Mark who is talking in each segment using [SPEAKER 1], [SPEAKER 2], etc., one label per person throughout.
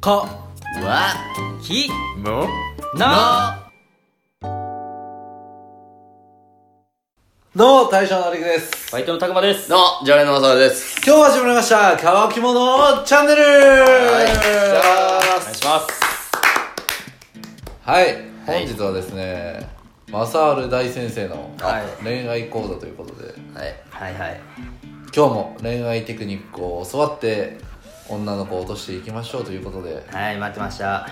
[SPEAKER 1] か
[SPEAKER 2] わ
[SPEAKER 1] き
[SPEAKER 2] も
[SPEAKER 1] な
[SPEAKER 3] の大将のりくです。
[SPEAKER 1] バイトのたくまです
[SPEAKER 2] の常連のまさです
[SPEAKER 3] 今日始まりました、乾き物チャンネル
[SPEAKER 1] お願いします
[SPEAKER 3] はい、
[SPEAKER 2] はい
[SPEAKER 3] 本日はですね、マサール大先生の
[SPEAKER 1] はい
[SPEAKER 3] 恋愛講座ということで、
[SPEAKER 2] はい
[SPEAKER 1] はいはい
[SPEAKER 3] 今日も恋愛テクニックを教わって、女の子を落としていきましょうということで、
[SPEAKER 1] はい 待ってました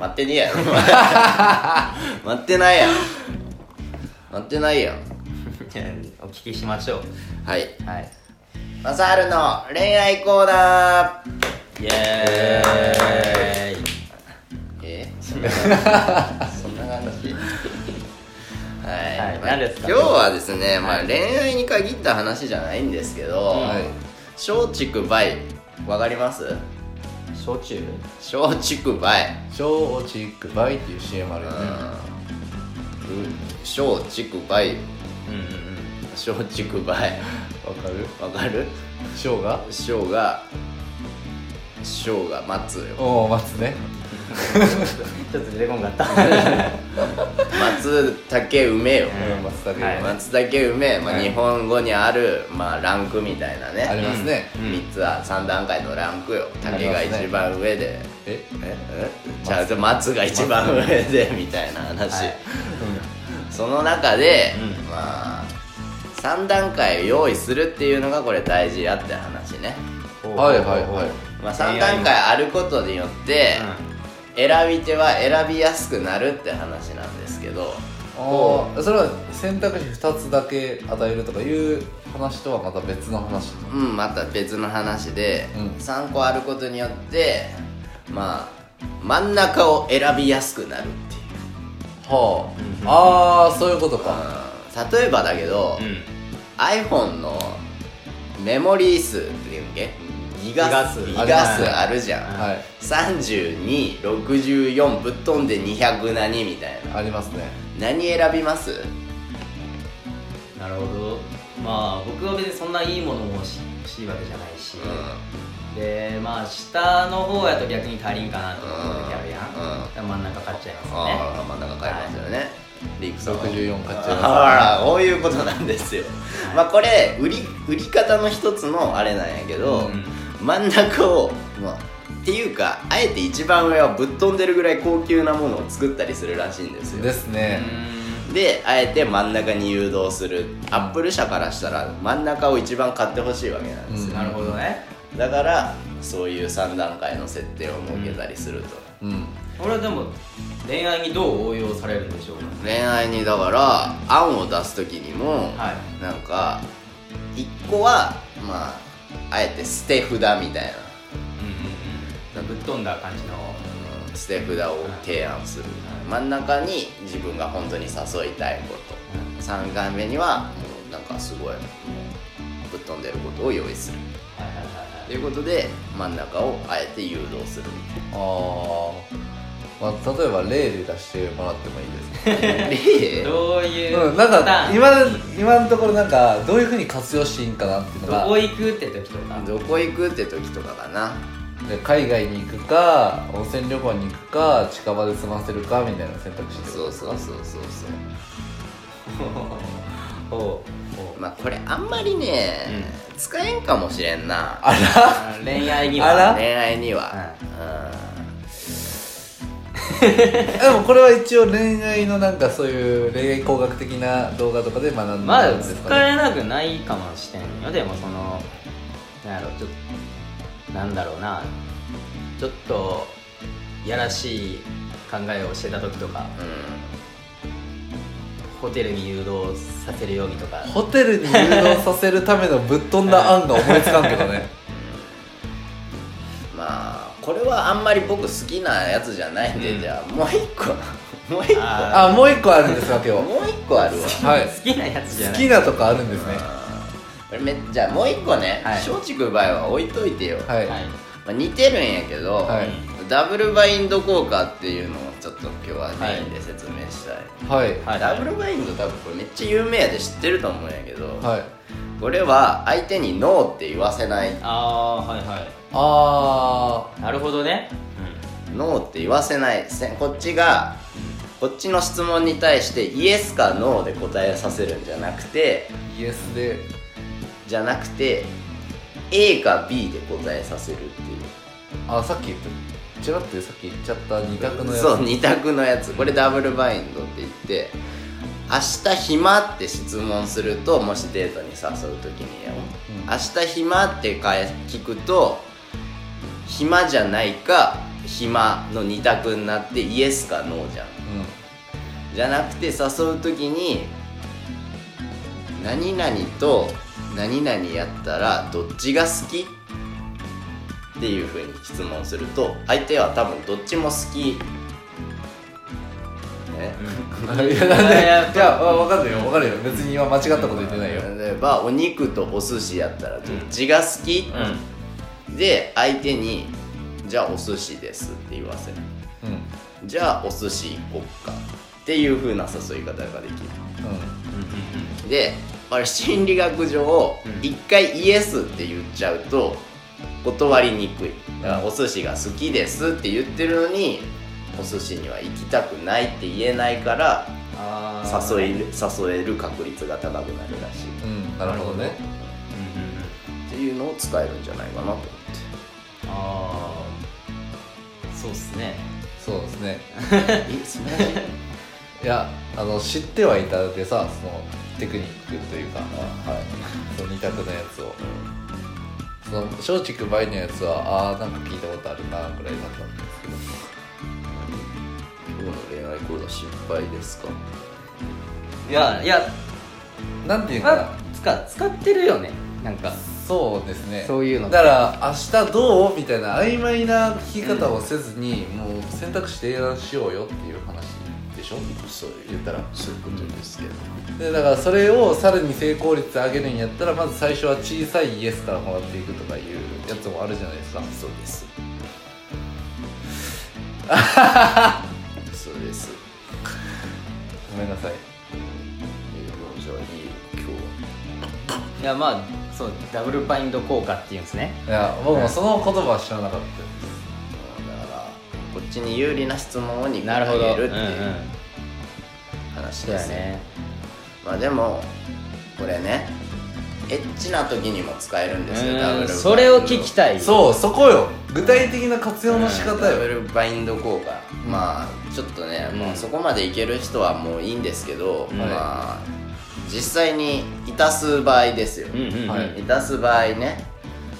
[SPEAKER 2] 待ってねえや ろお前待ってないやん待ってないやん
[SPEAKER 1] お聞きしましょ
[SPEAKER 2] はいう
[SPEAKER 1] はい
[SPEAKER 2] マサールの恋愛コーナー
[SPEAKER 1] イエーイ
[SPEAKER 2] えそんな感じそんな感じはい、
[SPEAKER 1] はい
[SPEAKER 2] まあ
[SPEAKER 1] 何ですか
[SPEAKER 2] 今日はですね、まあ、恋愛に限った話じゃないんですけど、
[SPEAKER 3] はい、
[SPEAKER 2] 松竹梅わかります
[SPEAKER 1] 焼酎
[SPEAKER 2] 松竹梅
[SPEAKER 3] 小チックバイっていう CM あるよね。
[SPEAKER 2] 小竹梅
[SPEAKER 1] うんうんうん
[SPEAKER 2] 小竹梅
[SPEAKER 3] わかる
[SPEAKER 2] わかる
[SPEAKER 3] 小が
[SPEAKER 2] 小が小が松よ
[SPEAKER 3] おお、待つね。
[SPEAKER 1] ちょっと出てこんかったは
[SPEAKER 2] 松竹梅よ
[SPEAKER 1] うん
[SPEAKER 3] うん松茸
[SPEAKER 1] はい
[SPEAKER 3] がね
[SPEAKER 2] 松竹梅、まあ、
[SPEAKER 3] はい
[SPEAKER 2] 日本語にある、まあ、ランクみたいな
[SPEAKER 3] あり
[SPEAKER 2] ね
[SPEAKER 3] ますね。
[SPEAKER 1] うん
[SPEAKER 2] 3つは3段階のランクよ
[SPEAKER 3] あり
[SPEAKER 2] 竹
[SPEAKER 3] ま
[SPEAKER 2] が
[SPEAKER 3] すね
[SPEAKER 2] 一番上で、
[SPEAKER 3] え
[SPEAKER 2] ええじゃあ松が一番上でみたいな話、
[SPEAKER 1] い
[SPEAKER 2] その中で、
[SPEAKER 1] うん
[SPEAKER 2] まあ3段階用意するっていうのがこれ大事やって話ね、
[SPEAKER 3] うん はいはいはい。
[SPEAKER 2] まあ、3段階あることによって、選び手は選びやすくなるって話なんですけど
[SPEAKER 3] ああそれは選択肢2つだけ与えるとかいう話とはまた別の話
[SPEAKER 2] うんまた別の話で、
[SPEAKER 3] うん
[SPEAKER 2] 3個あることによってまあ真ん中を選びやすくなるっていう
[SPEAKER 3] はあ、ああそういうことか
[SPEAKER 2] うん例えばだけど、
[SPEAKER 1] うん
[SPEAKER 2] iPhone のメモリー数っていうっけギガ数
[SPEAKER 1] ギ
[SPEAKER 2] ギ
[SPEAKER 1] ガ数
[SPEAKER 2] ガ数あるじゃん、
[SPEAKER 1] うん
[SPEAKER 3] はい
[SPEAKER 2] 3264ぶっ飛んで200何みたいな
[SPEAKER 3] ありますね
[SPEAKER 2] 何選びます
[SPEAKER 1] なるほどまあ僕は別にそんないいものも欲し欲しいわけじゃないし、でまあ下の方やと逆に足りんかなと思う時あるやん、
[SPEAKER 2] うん
[SPEAKER 1] だから真ん中買っちゃいますよね
[SPEAKER 2] ああ真ん中買いますよね、リクソンは
[SPEAKER 3] 64買っちゃいま
[SPEAKER 2] あらこういうことなんですよ、まあこれ売り売り方の一つのあれなんやけど、
[SPEAKER 1] うん
[SPEAKER 2] 真ん中を、まあ、っていうかあえて一番上はぶっ飛んでるぐらい高級なものを作ったりするらしいんです
[SPEAKER 3] す
[SPEAKER 2] よ
[SPEAKER 3] ですね
[SPEAKER 2] であえて真ん中に誘導するアップル社からしたら真ん中を一番買ってほしいわけなんです
[SPEAKER 1] う
[SPEAKER 2] よ
[SPEAKER 1] ん、なるほどね
[SPEAKER 2] だからそういう3段階の設定を設けたりすると、
[SPEAKER 3] うん
[SPEAKER 1] 俺はでも恋愛にどう応用されるんでしょうか
[SPEAKER 2] 恋愛にだから案を出す時にも、
[SPEAKER 1] は
[SPEAKER 2] なんか1個はまああえて捨て札みたいな、
[SPEAKER 1] うんうんうんぶっ飛んだ感じの
[SPEAKER 2] うん捨て札を提案する、真ん中に自分が本当に誘いたいこと3回目にはもうなんかすごいもうぶっ飛んでることを用意する
[SPEAKER 1] はいはい
[SPEAKER 2] ということで真ん中をあえて誘導する
[SPEAKER 3] ああまあ例えば例で出してもらってもいいですか
[SPEAKER 2] みたいな
[SPEAKER 1] はい
[SPEAKER 2] で
[SPEAKER 1] どういう、
[SPEAKER 3] うんなん
[SPEAKER 1] パタ
[SPEAKER 3] か
[SPEAKER 1] ーン
[SPEAKER 3] 今今のところなんかどういうふうに活用していいんかなっていうの
[SPEAKER 1] ど
[SPEAKER 3] が
[SPEAKER 1] こ行くって時とか
[SPEAKER 2] どこ行くって時とかかな
[SPEAKER 3] で海外に行くか温泉旅行に行くか近場で済ませるかみたいな選択肢ってこと
[SPEAKER 2] そうそうそうそうそう
[SPEAKER 1] おお
[SPEAKER 2] まあこれあんまりね、使えんかもしれんな
[SPEAKER 3] あら
[SPEAKER 1] 恋愛に
[SPEAKER 3] あら
[SPEAKER 1] は
[SPEAKER 2] 恋愛には、
[SPEAKER 3] でもこれは一応恋愛のなんかそういう恋愛工学的な動画とかで学んだん
[SPEAKER 1] まあ
[SPEAKER 3] ですか
[SPEAKER 1] 使
[SPEAKER 3] ね
[SPEAKER 1] えなくないかもしれんよでもそのなんやろちょっとなんだろうなちょっといやらしい考えをしてた時とか
[SPEAKER 2] うん
[SPEAKER 1] ホテルに誘導させるようにとか
[SPEAKER 3] ホテルに誘導させるためのぶっ飛んだ案が思いつかんけど ね
[SPEAKER 2] まあこれはあんまり僕好きなやつじゃないんで、
[SPEAKER 1] うん
[SPEAKER 2] じゃあもう一個もう一個
[SPEAKER 1] あ
[SPEAKER 3] あもう一個あるんですわ今日
[SPEAKER 2] もう一個あるわ
[SPEAKER 3] はい
[SPEAKER 1] 好きなやつじゃ
[SPEAKER 3] 好
[SPEAKER 1] な
[SPEAKER 3] き
[SPEAKER 1] い
[SPEAKER 3] なとこあるんですね
[SPEAKER 2] これめじゃあもう一個ね
[SPEAKER 1] はい
[SPEAKER 2] 松竹梅は置いといてよ、
[SPEAKER 3] はい、
[SPEAKER 1] はい
[SPEAKER 2] まあ、似てるんやけど、
[SPEAKER 3] はい
[SPEAKER 2] ダブルバインド効果っていうのをちょっと今日はメインで説明したい、
[SPEAKER 3] はい
[SPEAKER 1] はい
[SPEAKER 2] ダブルバインド多分これめっちゃ有名やで知ってると思うんやけど、
[SPEAKER 3] はい
[SPEAKER 2] これは相手にノーって言わせない
[SPEAKER 1] ああはいは
[SPEAKER 3] あ
[SPEAKER 1] いなるほどね、
[SPEAKER 2] ノーって言わせないせこっちがこっちの質問に対してイエスかノーで答えさせるんじゃなくて
[SPEAKER 3] イエスで
[SPEAKER 2] じゃなくて A か B で答えさせるっていう
[SPEAKER 3] あさっき言ったちらっとさっき言っちゃった二択のやつ
[SPEAKER 2] そう二択のやつこれダブルバインドって言って明日暇って質問するともしデートに誘う時によ、
[SPEAKER 3] うん
[SPEAKER 2] 明日暇ってかえ聞くと暇じゃないか暇の二択になってイエスかノーじゃん
[SPEAKER 3] うん
[SPEAKER 2] じゃなくて誘う時に何々と何々やったらどっちが好きっていうふうに質問すると相手は多分どっちも好きね
[SPEAKER 3] いやなん でいや分かるよ分かるよ別に今間違ったこと言ってないよ
[SPEAKER 2] 例えばお肉とお寿司やったらどっちが好き、
[SPEAKER 1] うん
[SPEAKER 2] で相手に「じゃあお寿司です」って言わせる
[SPEAKER 3] うんうん
[SPEAKER 2] 「じゃあお寿司行こっか」っていうふうな誘い方ができるであれ心理学上
[SPEAKER 1] うん
[SPEAKER 2] 一回イエスって言っちゃうと断りにくいだからお寿司が好きですって言ってるのにお寿司には行きたくないって言えないから
[SPEAKER 1] あー
[SPEAKER 2] 誘い誘える確率が高くなるらしいっ
[SPEAKER 3] うんなるほどね
[SPEAKER 1] うんうんうん
[SPEAKER 2] ていうのを使えるんじゃないかなと思 って
[SPEAKER 1] ああそうっすね
[SPEAKER 3] そうですね
[SPEAKER 2] え素晴らしい
[SPEAKER 3] いやあの知ってはいたでさそのテクニックというかはいその二択のやつをその松竹梅のやつはあーなんか聞いたことあるなぐらいだったんですけど
[SPEAKER 2] 今日の恋愛講座失敗ですか
[SPEAKER 1] いやいや
[SPEAKER 3] なんていうか
[SPEAKER 1] ま
[SPEAKER 3] な
[SPEAKER 1] あ使使ってるよねなんか
[SPEAKER 3] そうですね
[SPEAKER 1] そういうの
[SPEAKER 3] だから明日どうみたいな曖昧な聞き方をせずに、もう選択肢提案しようよっていう話でしょ
[SPEAKER 2] そういう
[SPEAKER 3] 言ったら
[SPEAKER 2] そういうことですけど
[SPEAKER 3] でだからそれをさらに成功率上げるんやったらまず最初は小さいイエスからもらっていくとかいうやつもあるじゃないですか
[SPEAKER 2] そうです そうです
[SPEAKER 3] ごめんなさい
[SPEAKER 2] いやもうじゃあいいよ今日
[SPEAKER 1] いやまあそうダブルバインド効果っていうんですね
[SPEAKER 3] いや僕もその言葉は知らなかった
[SPEAKER 2] はだからこっちに有利な質問を2個
[SPEAKER 1] なるほど
[SPEAKER 2] あげるって
[SPEAKER 1] うんうん
[SPEAKER 2] いう話
[SPEAKER 1] そう
[SPEAKER 2] で
[SPEAKER 1] だ
[SPEAKER 2] すね,、
[SPEAKER 1] ね
[SPEAKER 2] まあでもこれねエッチな時にも使えるんですよダブ
[SPEAKER 1] う
[SPEAKER 2] ル
[SPEAKER 1] んそれを聞きたい
[SPEAKER 3] そうそこよ具体的な活用の仕方
[SPEAKER 2] ダブ
[SPEAKER 3] よ、
[SPEAKER 2] ルバインド効果まあちょっとね、
[SPEAKER 1] うん
[SPEAKER 2] もうそこまでいける人はもういいんですけど、
[SPEAKER 1] うん
[SPEAKER 2] まあ実際にいたす場合ですよ、
[SPEAKER 1] うんうんうん
[SPEAKER 3] はい
[SPEAKER 2] いたす場合ね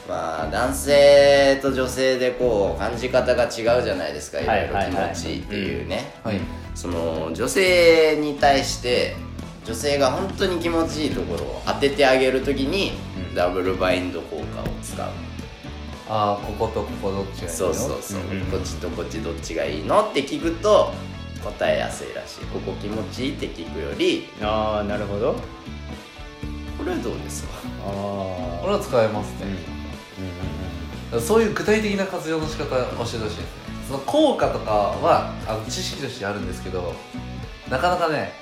[SPEAKER 2] まあ男性と女性でこう感じ方が違うじゃないですかい
[SPEAKER 1] い
[SPEAKER 2] ろ
[SPEAKER 1] はいい
[SPEAKER 2] ろ
[SPEAKER 1] はい
[SPEAKER 2] 気持ちっていうね、
[SPEAKER 3] はい
[SPEAKER 2] その女性に対して女性が本当に気持ちいいところを当ててあげるときに、
[SPEAKER 1] うん
[SPEAKER 2] ダブルバインド効果を使う
[SPEAKER 3] ああこことここどっちがいいの
[SPEAKER 2] そうそうそう、
[SPEAKER 1] うんうん
[SPEAKER 2] こっちとこっちどっちがいいのって聞くと答えやすいらしいここ気持ちいいって聞くより
[SPEAKER 1] ああなるほど
[SPEAKER 2] これはどうですか
[SPEAKER 1] ああ
[SPEAKER 3] これは使えます
[SPEAKER 1] うんうんうん
[SPEAKER 3] ね、そういう具体的な活用の仕方教えてほしいですねその効果とかはあの知識としてあるんですけどなかなかね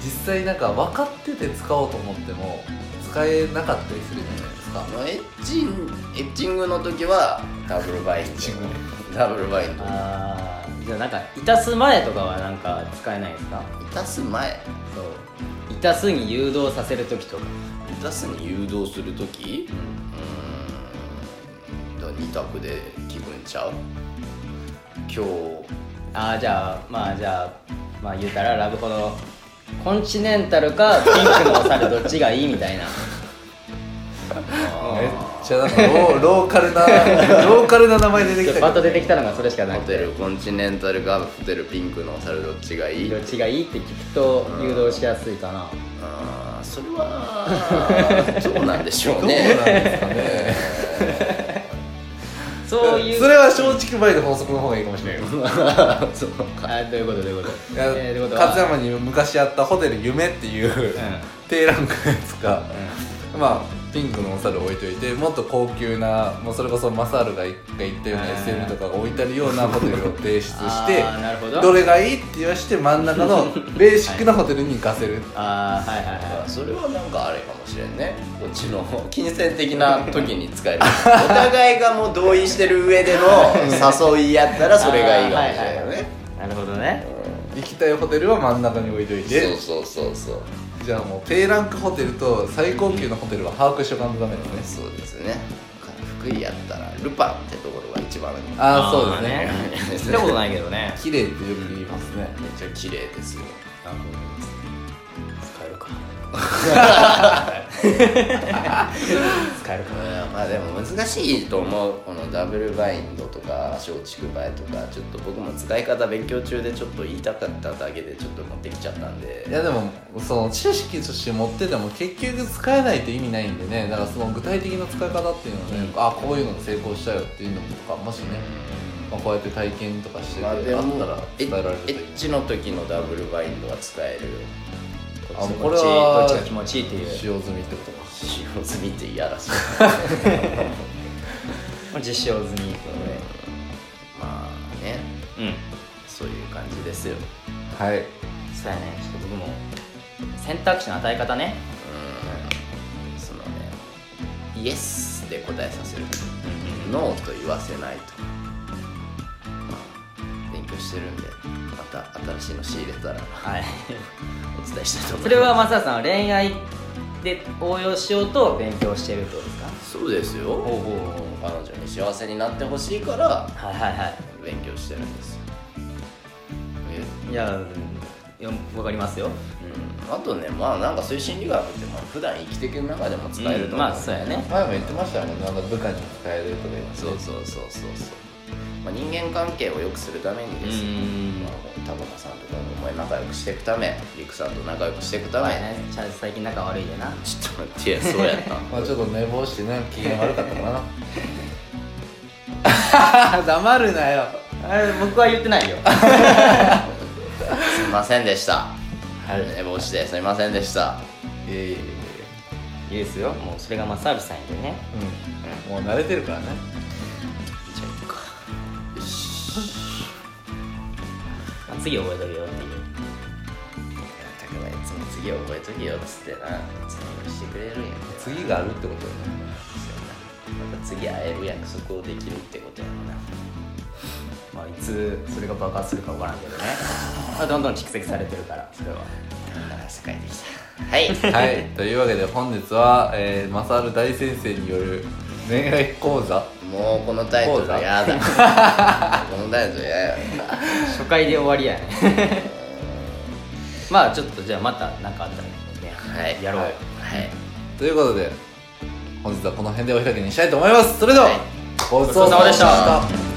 [SPEAKER 3] 実際なんか分かってて使おうと思っても使えなかったりするじゃないですか
[SPEAKER 2] あのエッチンエッチングの時はダブルバイン
[SPEAKER 3] チン
[SPEAKER 2] ドダブルバインド
[SPEAKER 1] ああじゃあなんかいたす前とかはなんか使えないですか
[SPEAKER 2] いたす前い
[SPEAKER 1] そういたすに誘導させる時とか
[SPEAKER 2] たすに誘導する時うーんだ二択で気分ちゃう今日
[SPEAKER 1] ああじゃあまあじゃあまあ言うたらラブホのコンチネンタルかピンクのお猿どっちがいいみたいな
[SPEAKER 3] めっちゃなんかロ ーローカルなローカルな名前出てきたけど
[SPEAKER 1] バッと出てきたのがそれしかな
[SPEAKER 2] ホ
[SPEAKER 1] く
[SPEAKER 2] テ
[SPEAKER 1] て
[SPEAKER 2] ルコンチネンタルかホテルピンクのお猿どっちがいい
[SPEAKER 1] どっちがいいって聞くと誘導しやすいかな
[SPEAKER 2] あーそれ はどうなんでしょう
[SPEAKER 3] どうなん
[SPEAKER 2] ね
[SPEAKER 3] ですかね
[SPEAKER 1] そういう
[SPEAKER 3] それは松竹梅で法則の方がいいかもしれないよ
[SPEAKER 2] そう
[SPEAKER 1] あどういうことどういうこと
[SPEAKER 3] いや
[SPEAKER 1] えーどういうことは
[SPEAKER 3] 勝山に昔あったホテル夢っていう、
[SPEAKER 1] うん
[SPEAKER 3] 低ランクのやつか、まあピンクのお猿を置いといてもっと高級なもうそれこそマサールが一回言ったような
[SPEAKER 1] はい
[SPEAKER 3] SM とかが置いてあるようなホテルを提出して
[SPEAKER 1] あーなるほど
[SPEAKER 3] どれがいいって言わして真ん中 のベーシックなホテルに行かせる
[SPEAKER 1] ああはいはいはい
[SPEAKER 2] それはなんかあれかもしれんねこっちの金銭的な時に使える お互いがもう同意してる上での誘いやったらそれがいいかもしれんよね
[SPEAKER 1] なるほどね
[SPEAKER 3] 行きたいホテルは真ん中に置いといて
[SPEAKER 2] うんそうそうそうそう
[SPEAKER 3] じゃあもう低ランクホテルと最高級のホテルは把握しとかんとダメですね
[SPEAKER 2] そうですね福井やったらルパンってところが一番
[SPEAKER 3] ああそうですね
[SPEAKER 1] あー聞いたことないけどね
[SPEAKER 3] 綺麗ってよく言いますね
[SPEAKER 2] めっちゃ綺麗ですよ
[SPEAKER 1] なるほど使えるか使えるか
[SPEAKER 2] うんまあでも難しいと思うこのダブルバインドとか松竹梅とかちょっと僕も使い方勉強中でちょっと言いたかっただけでちょっと持ってきちゃったんで
[SPEAKER 3] いやでもその知識として持ってても結局使えないと意味ないんでねだからその具体的な使い方っていうのはね、あこういうので成功したよっていうのとかもしね、まあ、こうやって体験とかしてて
[SPEAKER 2] ま
[SPEAKER 3] あ
[SPEAKER 2] あ
[SPEAKER 3] っ
[SPEAKER 2] でも
[SPEAKER 3] たら
[SPEAKER 2] エ
[SPEAKER 3] 伝えられる
[SPEAKER 2] ッ
[SPEAKER 3] と
[SPEAKER 2] エ
[SPEAKER 3] いい
[SPEAKER 2] ッチの時のダブルバインドは使える
[SPEAKER 3] あもう
[SPEAKER 1] こ
[SPEAKER 3] こ
[SPEAKER 1] れ
[SPEAKER 3] れ
[SPEAKER 1] はどっちが
[SPEAKER 3] は
[SPEAKER 1] 気持ちいいっていう
[SPEAKER 3] 使用済みってことか
[SPEAKER 2] 使用済みって嫌ら しい
[SPEAKER 1] 実証済みってことで
[SPEAKER 2] まあね
[SPEAKER 1] うん
[SPEAKER 2] そういう感じですよ
[SPEAKER 3] はい
[SPEAKER 1] そうやねちょっと僕も選択肢の与え方ね
[SPEAKER 2] うんそのねイエスで答えさせるノーと言わせないと、まあ、勉強してるんでまた新しいの仕入れたら
[SPEAKER 1] はい
[SPEAKER 2] お伝えしたいと思います
[SPEAKER 1] それは松田さんは恋愛で応用しようと勉強してるってことですか
[SPEAKER 2] そうですよ
[SPEAKER 1] ほうほうほ
[SPEAKER 2] 彼女に幸せになってほしいから
[SPEAKER 1] はいはいはい
[SPEAKER 2] 勉強してるんですよえ
[SPEAKER 1] いやうんいや分かりますよ
[SPEAKER 2] うんあとねまあなんかそういう心理学ってまあ普段生きていく中でも使えると思う、
[SPEAKER 1] うんまあそうやね
[SPEAKER 3] 前も言ってましたもんねなんか部下に使えるとか言って
[SPEAKER 2] そうそうそうそうそう、まあ、人間関係を良くするために
[SPEAKER 1] う
[SPEAKER 2] ですよ
[SPEAKER 1] ん
[SPEAKER 2] まあ田村さんとかもお前仲良くしていくためりくさんと仲良くしていくため、
[SPEAKER 1] はいねちゃん最近仲悪いでな
[SPEAKER 2] ちょっと待ってそうやった
[SPEAKER 3] まあちょっと寝坊してね機嫌悪かったかな 黙るなよ
[SPEAKER 1] あれ僕は言ってないよ
[SPEAKER 2] すいませんでした
[SPEAKER 1] はい
[SPEAKER 2] 寝坊してすいませんでした
[SPEAKER 3] いえいえいえい
[SPEAKER 1] いいですよもうそれがマサールさんやでね
[SPEAKER 3] えうんもう慣れてるからね
[SPEAKER 2] じゃあ行くかよし
[SPEAKER 1] まあ次覚えとるよっていう
[SPEAKER 2] だからいつも次覚えときよっつってな次にしてくれるんや
[SPEAKER 3] 次があるってことよね
[SPEAKER 2] そうやなまた次会える約束をできるってことやもんな
[SPEAKER 1] まあいつそれが爆発するか分からんけどね まあどんどん蓄積されてるからそれは
[SPEAKER 2] あー世界できたはい
[SPEAKER 3] はい、というわけで本日は、えー、マサール大先生による恋愛講座
[SPEAKER 2] もうこのタイトルやだ このタイトルやだ
[SPEAKER 1] 初回で終わりやね まあちょっとじゃあまた何かあったらね
[SPEAKER 2] はい
[SPEAKER 1] やろう、
[SPEAKER 3] はい
[SPEAKER 2] はい
[SPEAKER 3] ということで本日はこの辺でお開きにしたいと思いますそれでは、
[SPEAKER 2] はい
[SPEAKER 3] ごち
[SPEAKER 1] ごちそうさまでした